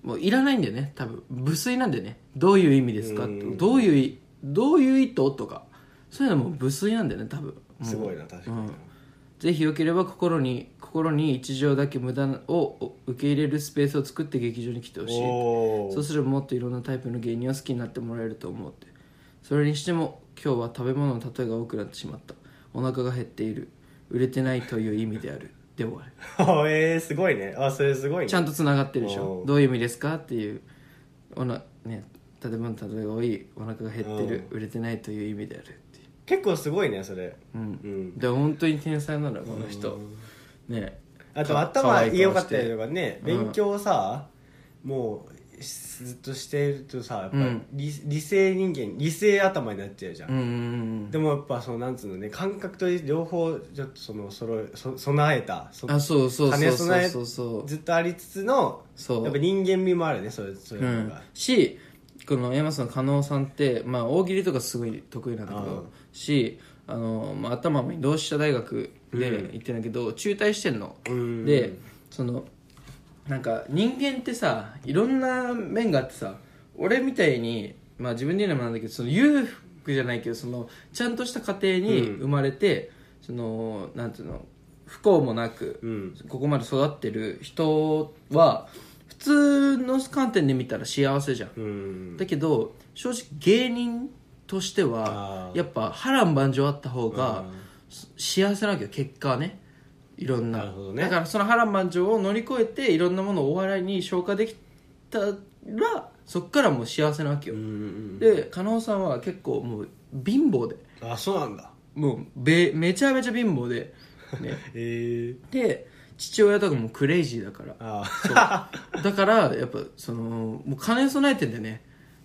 Speaker 2: もういらないんだよね多分無粋なんだよねどういう意味ですか、
Speaker 1: うん
Speaker 2: どういういどういう意図とかそういうのも無粋なんだよね多分もう
Speaker 1: すごいな確かに
Speaker 2: うんぜひよければ心に心に一畳だけ無駄をお受け入れるスペースを作って劇場に来てほしい
Speaker 1: お
Speaker 2: そうすればもっといろんなタイプの芸人を好きになってもらえると思うってそれにしても今日は食べ物の例えが多くなってしまったお腹が減っている売れてないという意味であるで終わる
Speaker 1: おえー、すごいねあそれすごいね
Speaker 2: ちゃんとつながってるでし
Speaker 1: お
Speaker 2: ょ
Speaker 1: う
Speaker 2: どういう意味ですかっていうおなね食べ物の例えが多いお腹が減ってる売れてないという意味であるっていう
Speaker 1: 結構すごいねそれ
Speaker 2: う
Speaker 1: うんん
Speaker 2: で本当に天才なのこの人ね
Speaker 1: あと
Speaker 2: か
Speaker 1: 頭良かっ
Speaker 2: 可
Speaker 1: た
Speaker 2: 愛い顔して
Speaker 1: りとかね
Speaker 2: うん
Speaker 1: 勉強をさ、もうしずっとしてるとさやっぱ
Speaker 2: うん
Speaker 1: 理,、理性人間理性頭になっちゃうじゃん、
Speaker 2: うんうんうん
Speaker 1: でもやっぱそのなんつうのね感覚と両方ちょっとその揃えそ備えたそ
Speaker 2: あそうそうそうそうそうそう
Speaker 1: ずっとありつつの
Speaker 2: そう
Speaker 1: やっぱ人間味もあるねそれそういううの
Speaker 2: ん
Speaker 1: が、、
Speaker 2: しこの山さんの加納さんって、まあ、大喜利とかすごい得意なんだけ
Speaker 1: うん
Speaker 2: どしあの、まあ、頭もいい同志社大学で
Speaker 1: う
Speaker 2: 行ってるんだけど、中退してんの、
Speaker 1: うん
Speaker 2: でそのなんか人間ってさいろんな面があってさ俺みたいに、まあ、自分で言うのもなんだけどその裕福じゃないけどそのちゃんとした家庭に
Speaker 1: うん
Speaker 2: 生まれて、そのなんていうの不幸もなく、
Speaker 1: うん
Speaker 2: ここまで育ってる人は普通の観点で見たら幸せじゃん、
Speaker 1: うん
Speaker 2: だけど正直芸人としては
Speaker 1: あー
Speaker 2: やっぱ波乱万丈あった方が
Speaker 1: うん
Speaker 2: 幸せなわけよ結果はねいろんな
Speaker 1: なるほどね
Speaker 2: だからその波乱万丈を乗り越えていろんなものをお笑いに消化できたらそっからもう幸せなわけよ、
Speaker 1: うんうん
Speaker 2: で加納さんは結構もう貧乏で
Speaker 1: あそうなんだ
Speaker 2: もうべめちゃめちゃ貧 乏で、ね、
Speaker 1: ええ
Speaker 2: で父親とかもクレイジーだから
Speaker 1: あ
Speaker 2: そう だからやっぱそのもう金備えてんだよね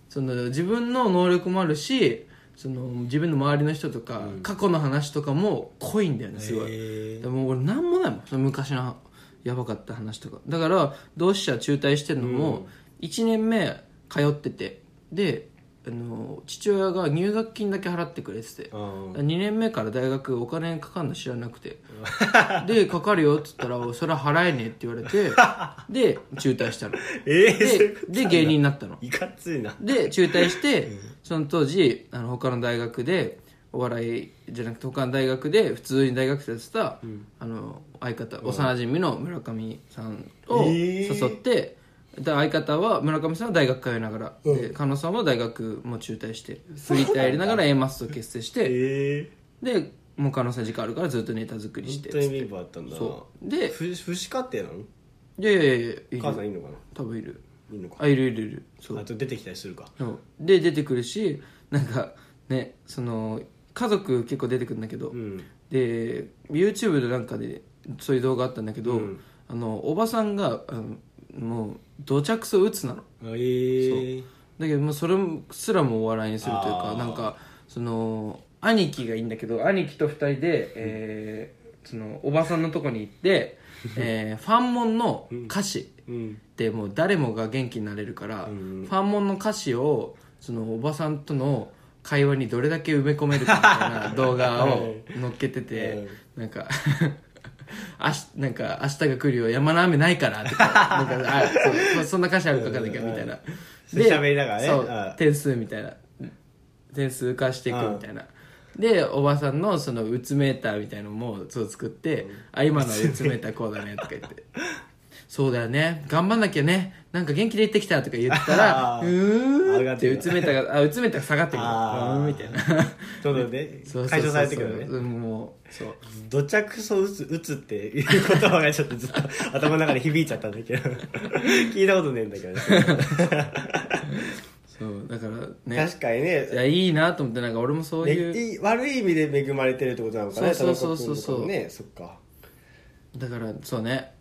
Speaker 2: その自分の能力もあるしその自分の周りの人とか、過去の話とかも濃いんだよねすごい、
Speaker 1: へえ
Speaker 2: でも俺何もないもんその昔のやばかった話とかだから同志社中退してんのも1年目通っててであの父親が入学金だけ払ってくれてて
Speaker 1: うん
Speaker 2: 2年目から大学お金かかるの知らな くてでかかるよっつったらそれは払えねえって言われ てで中退したの
Speaker 1: え
Speaker 2: で
Speaker 1: え
Speaker 2: で芸人になったの
Speaker 1: いかついな
Speaker 2: で中退して、その当時あの他の大学でお笑いじゃなくて他の大学で普通に大学生やってた、あの相方幼馴染の村上さんを
Speaker 1: え
Speaker 2: 誘
Speaker 1: ー
Speaker 2: って、で相方は村上さんは大学通いながら、で加納さんは大学も中退して振り返りながら A マスと結成して
Speaker 1: ええ
Speaker 2: でもう加納さん時間あるからずっとネタ作りし
Speaker 1: 本
Speaker 2: て
Speaker 1: 当に貧乏あったんだな
Speaker 2: そうで
Speaker 1: ふ父子家庭なの
Speaker 2: いやいやいやいる
Speaker 1: 母さんいるのかな
Speaker 2: 多分いる
Speaker 1: いいのか
Speaker 2: あいるいるいるそう
Speaker 1: あと出てきたりするか
Speaker 2: そうで出てくるしなんかねその家族結構出てくるんだけど、
Speaker 1: うん
Speaker 2: で YouTube でなんかでそういう動画あったんだけど、
Speaker 1: うん
Speaker 2: あのおばさんがあのもう土着そ打つなの
Speaker 1: ええ
Speaker 2: だけどもうそれすらもお笑いにするという
Speaker 1: あ
Speaker 2: か
Speaker 1: ー
Speaker 2: なんかその兄貴がいいんだけど兄貴と二人で、えーそのおばさんのとこに行って、えーファンモンの歌詞
Speaker 1: うん
Speaker 2: ってもう誰もが元気になれるから、
Speaker 1: うん
Speaker 2: ファンモンの歌詞をそのおばさんとの会話にどれだけ埋め込めるかみたいな動画を載っけてて、なんか 明日なんか明日が来るよ山の雨ないからとかなんかあそうそそんな歌詞あるかわかんないけどみたいな
Speaker 1: うん
Speaker 2: で
Speaker 1: 喋りながらね
Speaker 2: そ
Speaker 1: うん
Speaker 2: う点数みたいな点数化していくみたいなでおばさんのそのうつメーターみたいのもそう作って、あ今のうつメーターこうだねとか言 ってそうだよね頑張んなきゃねなんか元気で行ってきたとか言ったら
Speaker 1: あ
Speaker 2: う
Speaker 1: ー上
Speaker 2: ー
Speaker 1: が
Speaker 2: んっ
Speaker 1: っててる
Speaker 2: うつメーターがあうつメーターが下がってくるう
Speaker 1: あー
Speaker 2: ーんみたいな
Speaker 1: ちょうどね
Speaker 2: そうそうそうそ
Speaker 1: 解
Speaker 2: う
Speaker 1: 消されてくるね
Speaker 2: うんもうそう
Speaker 1: 土着そ打つ打つっていう言葉がちょっとずっと頭の中で響いちゃったんだ けど聞いたことねえんだけど、
Speaker 2: そうだからね
Speaker 1: 確かに
Speaker 2: い
Speaker 1: ね
Speaker 2: やいいなと思ってなんか俺もそういう、
Speaker 1: ねいい悪い意味で恵まれてるってことなのかね
Speaker 2: そうそうそうそう
Speaker 1: 田中君とかもねそっか
Speaker 2: だからそうね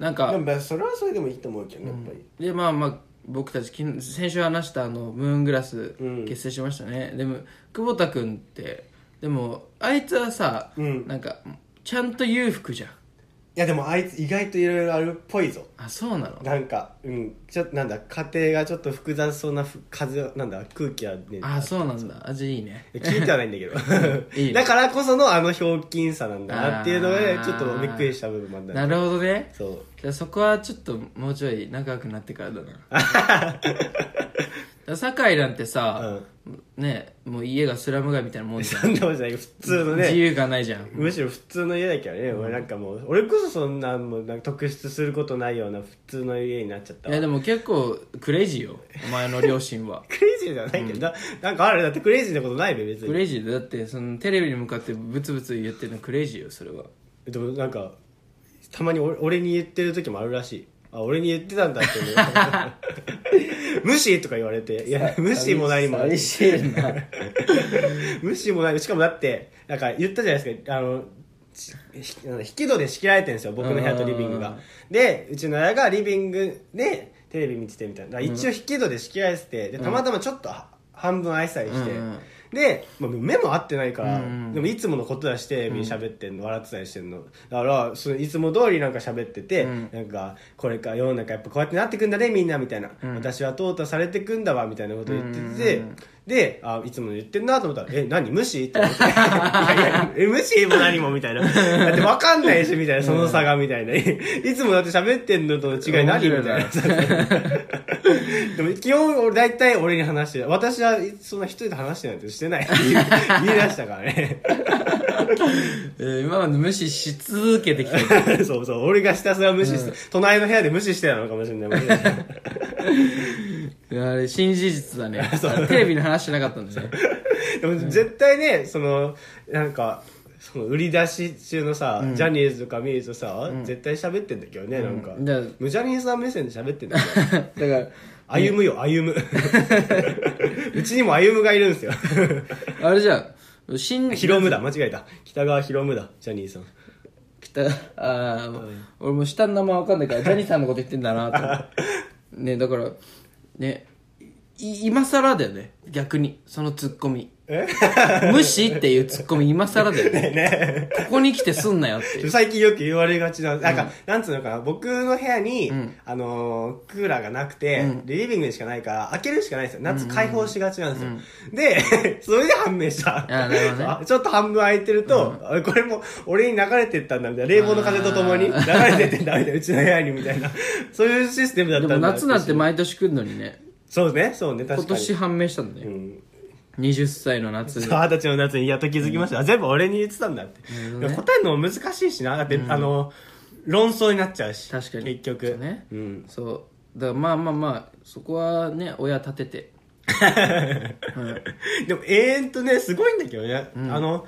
Speaker 2: なんか
Speaker 1: でもまあそれはそれでもいいと思うけどねやっぱり、
Speaker 2: でまあまあ僕たちきん先週話したあのムーングラス
Speaker 1: うん
Speaker 2: 結成しましたね、でも久保田君ってでもあいつはさ、
Speaker 1: うん
Speaker 2: なんかちゃんと裕福じゃん
Speaker 1: いやでもあいつ意外といろいろあるっぽいぞ
Speaker 2: あそうなの
Speaker 1: なんかうんちょっとなんだ家庭がちょっと複雑そうなふ風なんだ空気はね
Speaker 2: あそうなんだあじゃあいいね
Speaker 1: 聞いてはないんだけど
Speaker 2: いいね
Speaker 1: だからこそのあのひょうきんさなんだなっていうの
Speaker 2: あー
Speaker 1: がちょっとびっくりした部分もあったんだけど
Speaker 2: なるほどね
Speaker 1: そう
Speaker 2: じゃあそこはちょっともうちょい仲良くなってからだなだから酒井なんてさ、ねもう家がスラム街みたいなもんじゃん
Speaker 1: そんなことじゃない普通の
Speaker 2: 自
Speaker 1: ね
Speaker 2: 由がないじゃん
Speaker 1: むしろ普通の家だけどね、俺なんかもう俺こそそんなもうなんか特筆することないような普通の家になっちゃった
Speaker 2: い
Speaker 1: わ
Speaker 2: やでも結構クレイジーよお前の両 親は
Speaker 1: クレイジーじゃないけど、ななんかあれだってクレイジーなことないべ別
Speaker 2: ク
Speaker 1: に
Speaker 2: レイジーだよだってそのテレビに向かってブツブツ言ってるのクレイジーよそれは
Speaker 1: でもなんかたまに俺俺に言ってる時もあるらしいあ俺に言ってたんだって思 う無視とか言われていや無視も何もない
Speaker 2: 寂しい な
Speaker 1: 無視もないしかもだってなんか言ったじゃないですかあのしひなんだ引き戸で仕切られてるんですよ僕の部屋とリビング
Speaker 2: う
Speaker 1: が
Speaker 2: ん
Speaker 1: でうちの親がリビングでテレビ見ててみたいなだから一応引き戸で仕切られててでたまたまちょっとは半分愛されして、
Speaker 2: うん
Speaker 1: で、まあ、目も合ってないから、
Speaker 2: うん
Speaker 1: でもいつものことだしテレビに喋ってんの笑ってたりしてんのだからそのいつも通りなんか喋ってて、
Speaker 2: うん
Speaker 1: なんかこれから世の中やっぱこうやってなってくんだねみんなみたいな、
Speaker 2: ん
Speaker 1: 私は淘汰されてくんだわみたいなこと言ってて、
Speaker 2: うんうんうん
Speaker 1: であいつもの言ってんなと思ったら「え何無視?」って思 って「いやいやえ無視も何も」みたいなだって分かんないしみたいなその差がみたいないつもだって喋ってんのとの違い何みたいな
Speaker 2: 面
Speaker 1: でも基本俺大体 俺に話してる私はそんな一人で話してなんてしてないって言い言い出したからね
Speaker 2: えー今まで無視し続けてきた。
Speaker 1: そうそう俺がひたすら無視して、隣の部屋で無視してたのかもしれ ないもんね
Speaker 2: いやあれ、新事実 だね。テレビの話してなかったんですよ。
Speaker 1: でも絶対ねそのなんかその売り出し中のさ、ジャニーズとか見るとさ、絶対喋ってんだけどね、なんか
Speaker 2: うんだから
Speaker 1: 無ジャニーズさん目線で喋ってんだけど
Speaker 2: だから、
Speaker 1: 歩むよ歩 むうちにも歩むがいるんですよ
Speaker 2: あれじゃあ、新、
Speaker 1: ヒロムだ間違えた北川ヒロムだジャニーさん
Speaker 2: 北あー、俺も下の名前わかんないからジャニーさんのこと言ってんだなと 思ってねだからねい今更だよね逆にそのツッコミ
Speaker 1: え
Speaker 2: 無視っていうツッコミ今更だよね
Speaker 1: ね
Speaker 2: ここに来てすんな よっていう
Speaker 1: 最近よく言われがちな、なんか、なんつうのかな、僕の部屋に、あのー、クーラーがなくて、でリビングにしかないから、開けるしかないんですよ。夏開放しがちなんですよ。で、 それで判明した。
Speaker 2: あなるほどね
Speaker 1: あ ちょっと半分開いてると、あこれも、俺に流れてったんだ、みたいな。冷房の風とともに流れてってんだ、みたいな。うちの部屋に、みたいな。そういうシステムだっ
Speaker 2: で
Speaker 1: たんだ。
Speaker 2: も夏なんて毎年来るのにね
Speaker 1: そうね、そうね、
Speaker 2: 今
Speaker 1: 確かに。
Speaker 2: 年判明したんだ
Speaker 1: う
Speaker 2: ね
Speaker 1: ん
Speaker 2: 20歳の夏
Speaker 1: そう 二十歳の夏にやっと気づきました、あ全部俺に言ってたんだって、
Speaker 2: るほど
Speaker 1: で
Speaker 2: ね
Speaker 1: も答えるのも難しいしなだって、あの論争になっちゃうし
Speaker 2: 確かに
Speaker 1: 結局
Speaker 2: そうね
Speaker 1: うん、
Speaker 2: そうだからまあまあまあそこはね親立てて
Speaker 1: でも永遠とねすごいんだけどね、あの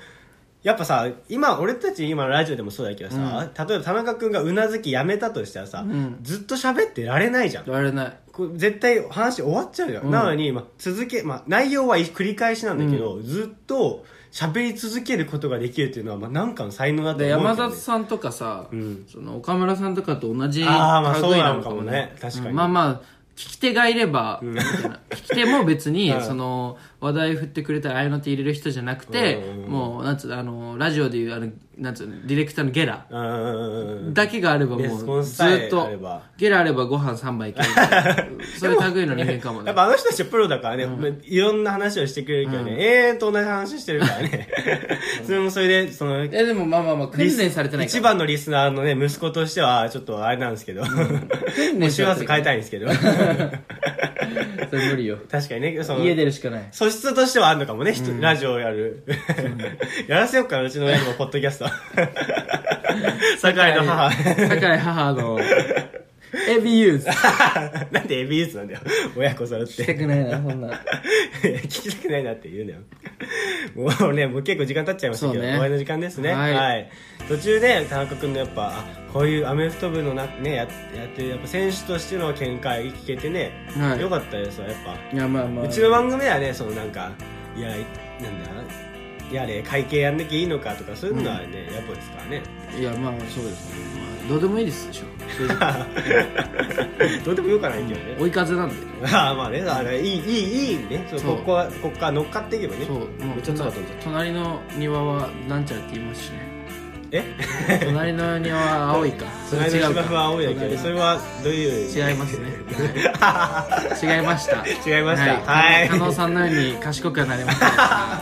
Speaker 1: やっぱさ今俺たち今ラジオでもそうだけどさ、例えば田中君がうなずきやめたとしたらさ、ずっと喋ってられないじゃん
Speaker 2: られない
Speaker 1: こう絶対話終わっちゃうよ、なのに、まあ、続け、まあ、内容は繰り返しなんだけど、ずっと喋り続けることができるっていうのは、まあ、なんかの才能だと思
Speaker 2: で
Speaker 1: うけどね
Speaker 2: 山里さんとかさ、
Speaker 1: ん
Speaker 2: その岡村さんとかと同じ
Speaker 1: あーまあ
Speaker 2: 類
Speaker 1: そうなのかもね確かに
Speaker 2: うんまあまあ聞き手がいれば、みたいな聞き手も 別に、その話題振ってくれたらああいうの手入れる人じゃなくて、もうなんつうのあのラジオでいうあのなんつうのディレクターのゲラ
Speaker 1: うんうんうんうん
Speaker 2: だけがあれば
Speaker 1: レスポ
Speaker 2: もう
Speaker 1: ンス
Speaker 2: ず
Speaker 1: さえ
Speaker 2: っと
Speaker 1: あれば
Speaker 2: ゲラあればご飯3杯いけるみたいな そういう類の人間かも
Speaker 1: や
Speaker 2: ね
Speaker 1: っぱあの人たちはプロだからね、いろんな話をしてくれるけどね、永遠と同じ話してるから ね。それもそれで、その、
Speaker 2: えでもまあまあまあ訓練されてないか
Speaker 1: 一
Speaker 2: ら
Speaker 1: 番のリスナーのね、息子としては、ちょっとあれなんですけど、もう週末変えたいんです けど、
Speaker 2: それ無理よ
Speaker 1: 確かにね、その、
Speaker 2: 家出るしかない
Speaker 1: 素質としてはあるのかもね、人ラジオをやる。やらせようかな、うちの親にも、ポッドキャス ト。酒井の母。
Speaker 2: 酒井母のエビユーズ
Speaker 1: なんでエビユースなんだよ、親子揃っ。
Speaker 2: してたくないなそんな
Speaker 1: 聞きたくないなって言うの よもうねもう結構時間経っちゃいましたけど、
Speaker 2: そうね
Speaker 1: 終わりの時間ですね
Speaker 2: はい
Speaker 1: 途中で田中君のやっぱあこういうアメフト部のな、ね、ややってるやっぱ選手としての見解聞けてね、
Speaker 2: はい
Speaker 1: よかったですわやっぱ、
Speaker 2: いやまあまあ
Speaker 1: うちの番組ではねそのなんかいやなんだやれ会計やんなきゃいいのかとかそういうのはね、やっぱですからね
Speaker 2: いやまあそうですね、まあ、どうでもいいですでしょ正直
Speaker 1: どうでもよくはないけどね、
Speaker 2: 追い風なんで
Speaker 1: ああまあねあれいいいいいいねそう
Speaker 2: そう
Speaker 1: ここはここから乗っかっていけばね
Speaker 2: そうも
Speaker 1: め
Speaker 2: う
Speaker 1: っちゃ強かったんだ
Speaker 2: 隣の庭はなんちゃらって言いますし ね
Speaker 1: え
Speaker 2: 隣の庭は青いかそれ
Speaker 1: 隣の
Speaker 2: 違
Speaker 1: 芝
Speaker 2: う
Speaker 1: 生は
Speaker 2: か
Speaker 1: 青いだけど、それはどういう。
Speaker 2: 違いますね はい違いました
Speaker 1: 違いましたはい
Speaker 2: 加納さんのように賢くはなりま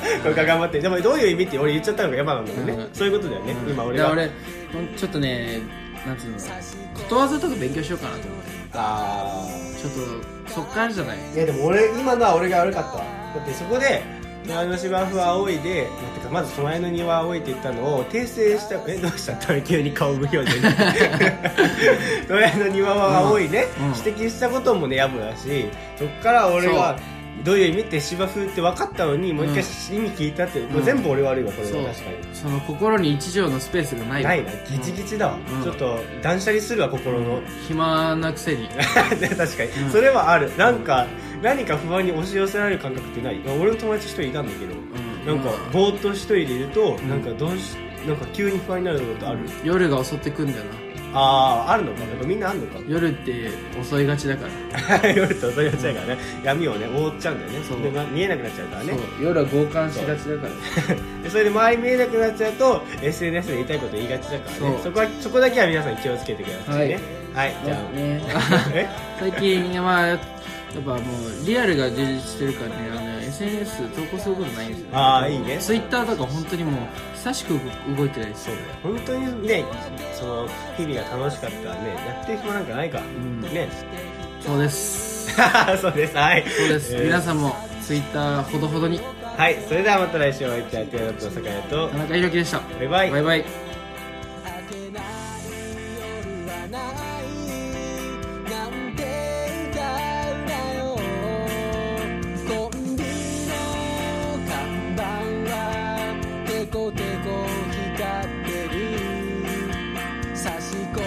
Speaker 2: せん
Speaker 1: これから頑張って、でもどういう意味って俺言っちゃったのが山なんだよね
Speaker 2: う。ん
Speaker 1: そういうことだよね。今俺
Speaker 2: いや
Speaker 1: が。
Speaker 2: 俺ほんちょっとねなんつうのことわざとか勉強しようかなと思って
Speaker 1: あ
Speaker 2: ちょっとそっからじゃない
Speaker 1: ーいやでも俺、今のは俺が悪かったわ。だってそこで、隣の芝生は青いで、なんてかまず隣の庭は青いって言ったのを訂正した、え、どうした って急に顔無表情 に。隣の庭は青いね
Speaker 2: うんうん、
Speaker 1: 指摘したこともね、やぶだし、そっから俺は、どういう意味って芝生って分かったのに、もう一回意味聞いたって、もう全部俺悪いわ、これ
Speaker 2: そう
Speaker 1: は確かに。
Speaker 2: その心に一畳のスペースがない
Speaker 1: ないなギチギチだわ、
Speaker 2: うん
Speaker 1: ちょっと断捨離するわ心の、
Speaker 2: 暇なくせに
Speaker 1: ね確かに、それはあるなんか、何か不安に押し寄せられる感覚ってない俺の友達一人いたんだけど、な
Speaker 2: ん
Speaker 1: んかぼーっと一人でいると、なんかどうしなんか急に不安になることある、
Speaker 2: 夜が襲ってくんだよな
Speaker 1: あああるのかなんかみんなあるのか
Speaker 2: 夜って襲いがちだから
Speaker 1: 夜とそういうやつだからね、闇をね覆っちゃうんだよね
Speaker 2: そう
Speaker 1: でま見えなくなっちゃうからね
Speaker 2: そう夜は強姦しがちだから
Speaker 1: でそれで周り見えなくなっちゃうと SNS で言いたいこと言いがちだからね
Speaker 2: そう
Speaker 1: そこはそこだけは皆さん気をつけてくださいねはい、じゃあ、
Speaker 2: ね
Speaker 1: え
Speaker 2: 最近まあやっぱもうリアルが充実してるからねあの SNS 投稿することないんですよね
Speaker 1: ああいいね
Speaker 2: ツイッターとか本当にもう久しく動いてないです
Speaker 1: そうね本当にねその日々が楽しかったらねやってる暇なんかないから、
Speaker 2: ん
Speaker 1: ね
Speaker 2: そうです
Speaker 1: そうですはい
Speaker 2: そうです、
Speaker 1: えー
Speaker 2: 皆さんもツイッターほどほどに
Speaker 1: ははいそれではまた来週お会いいたいと思います酒井と
Speaker 2: 田中裕樹でした
Speaker 1: バイバイ
Speaker 2: バイバイ
Speaker 3: 明けない夜はないなんて歌うなよコンビの看板はテコテコ光ってる差し込む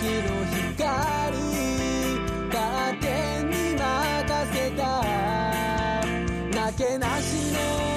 Speaker 3: 日の光カーテンに任せたなけなしの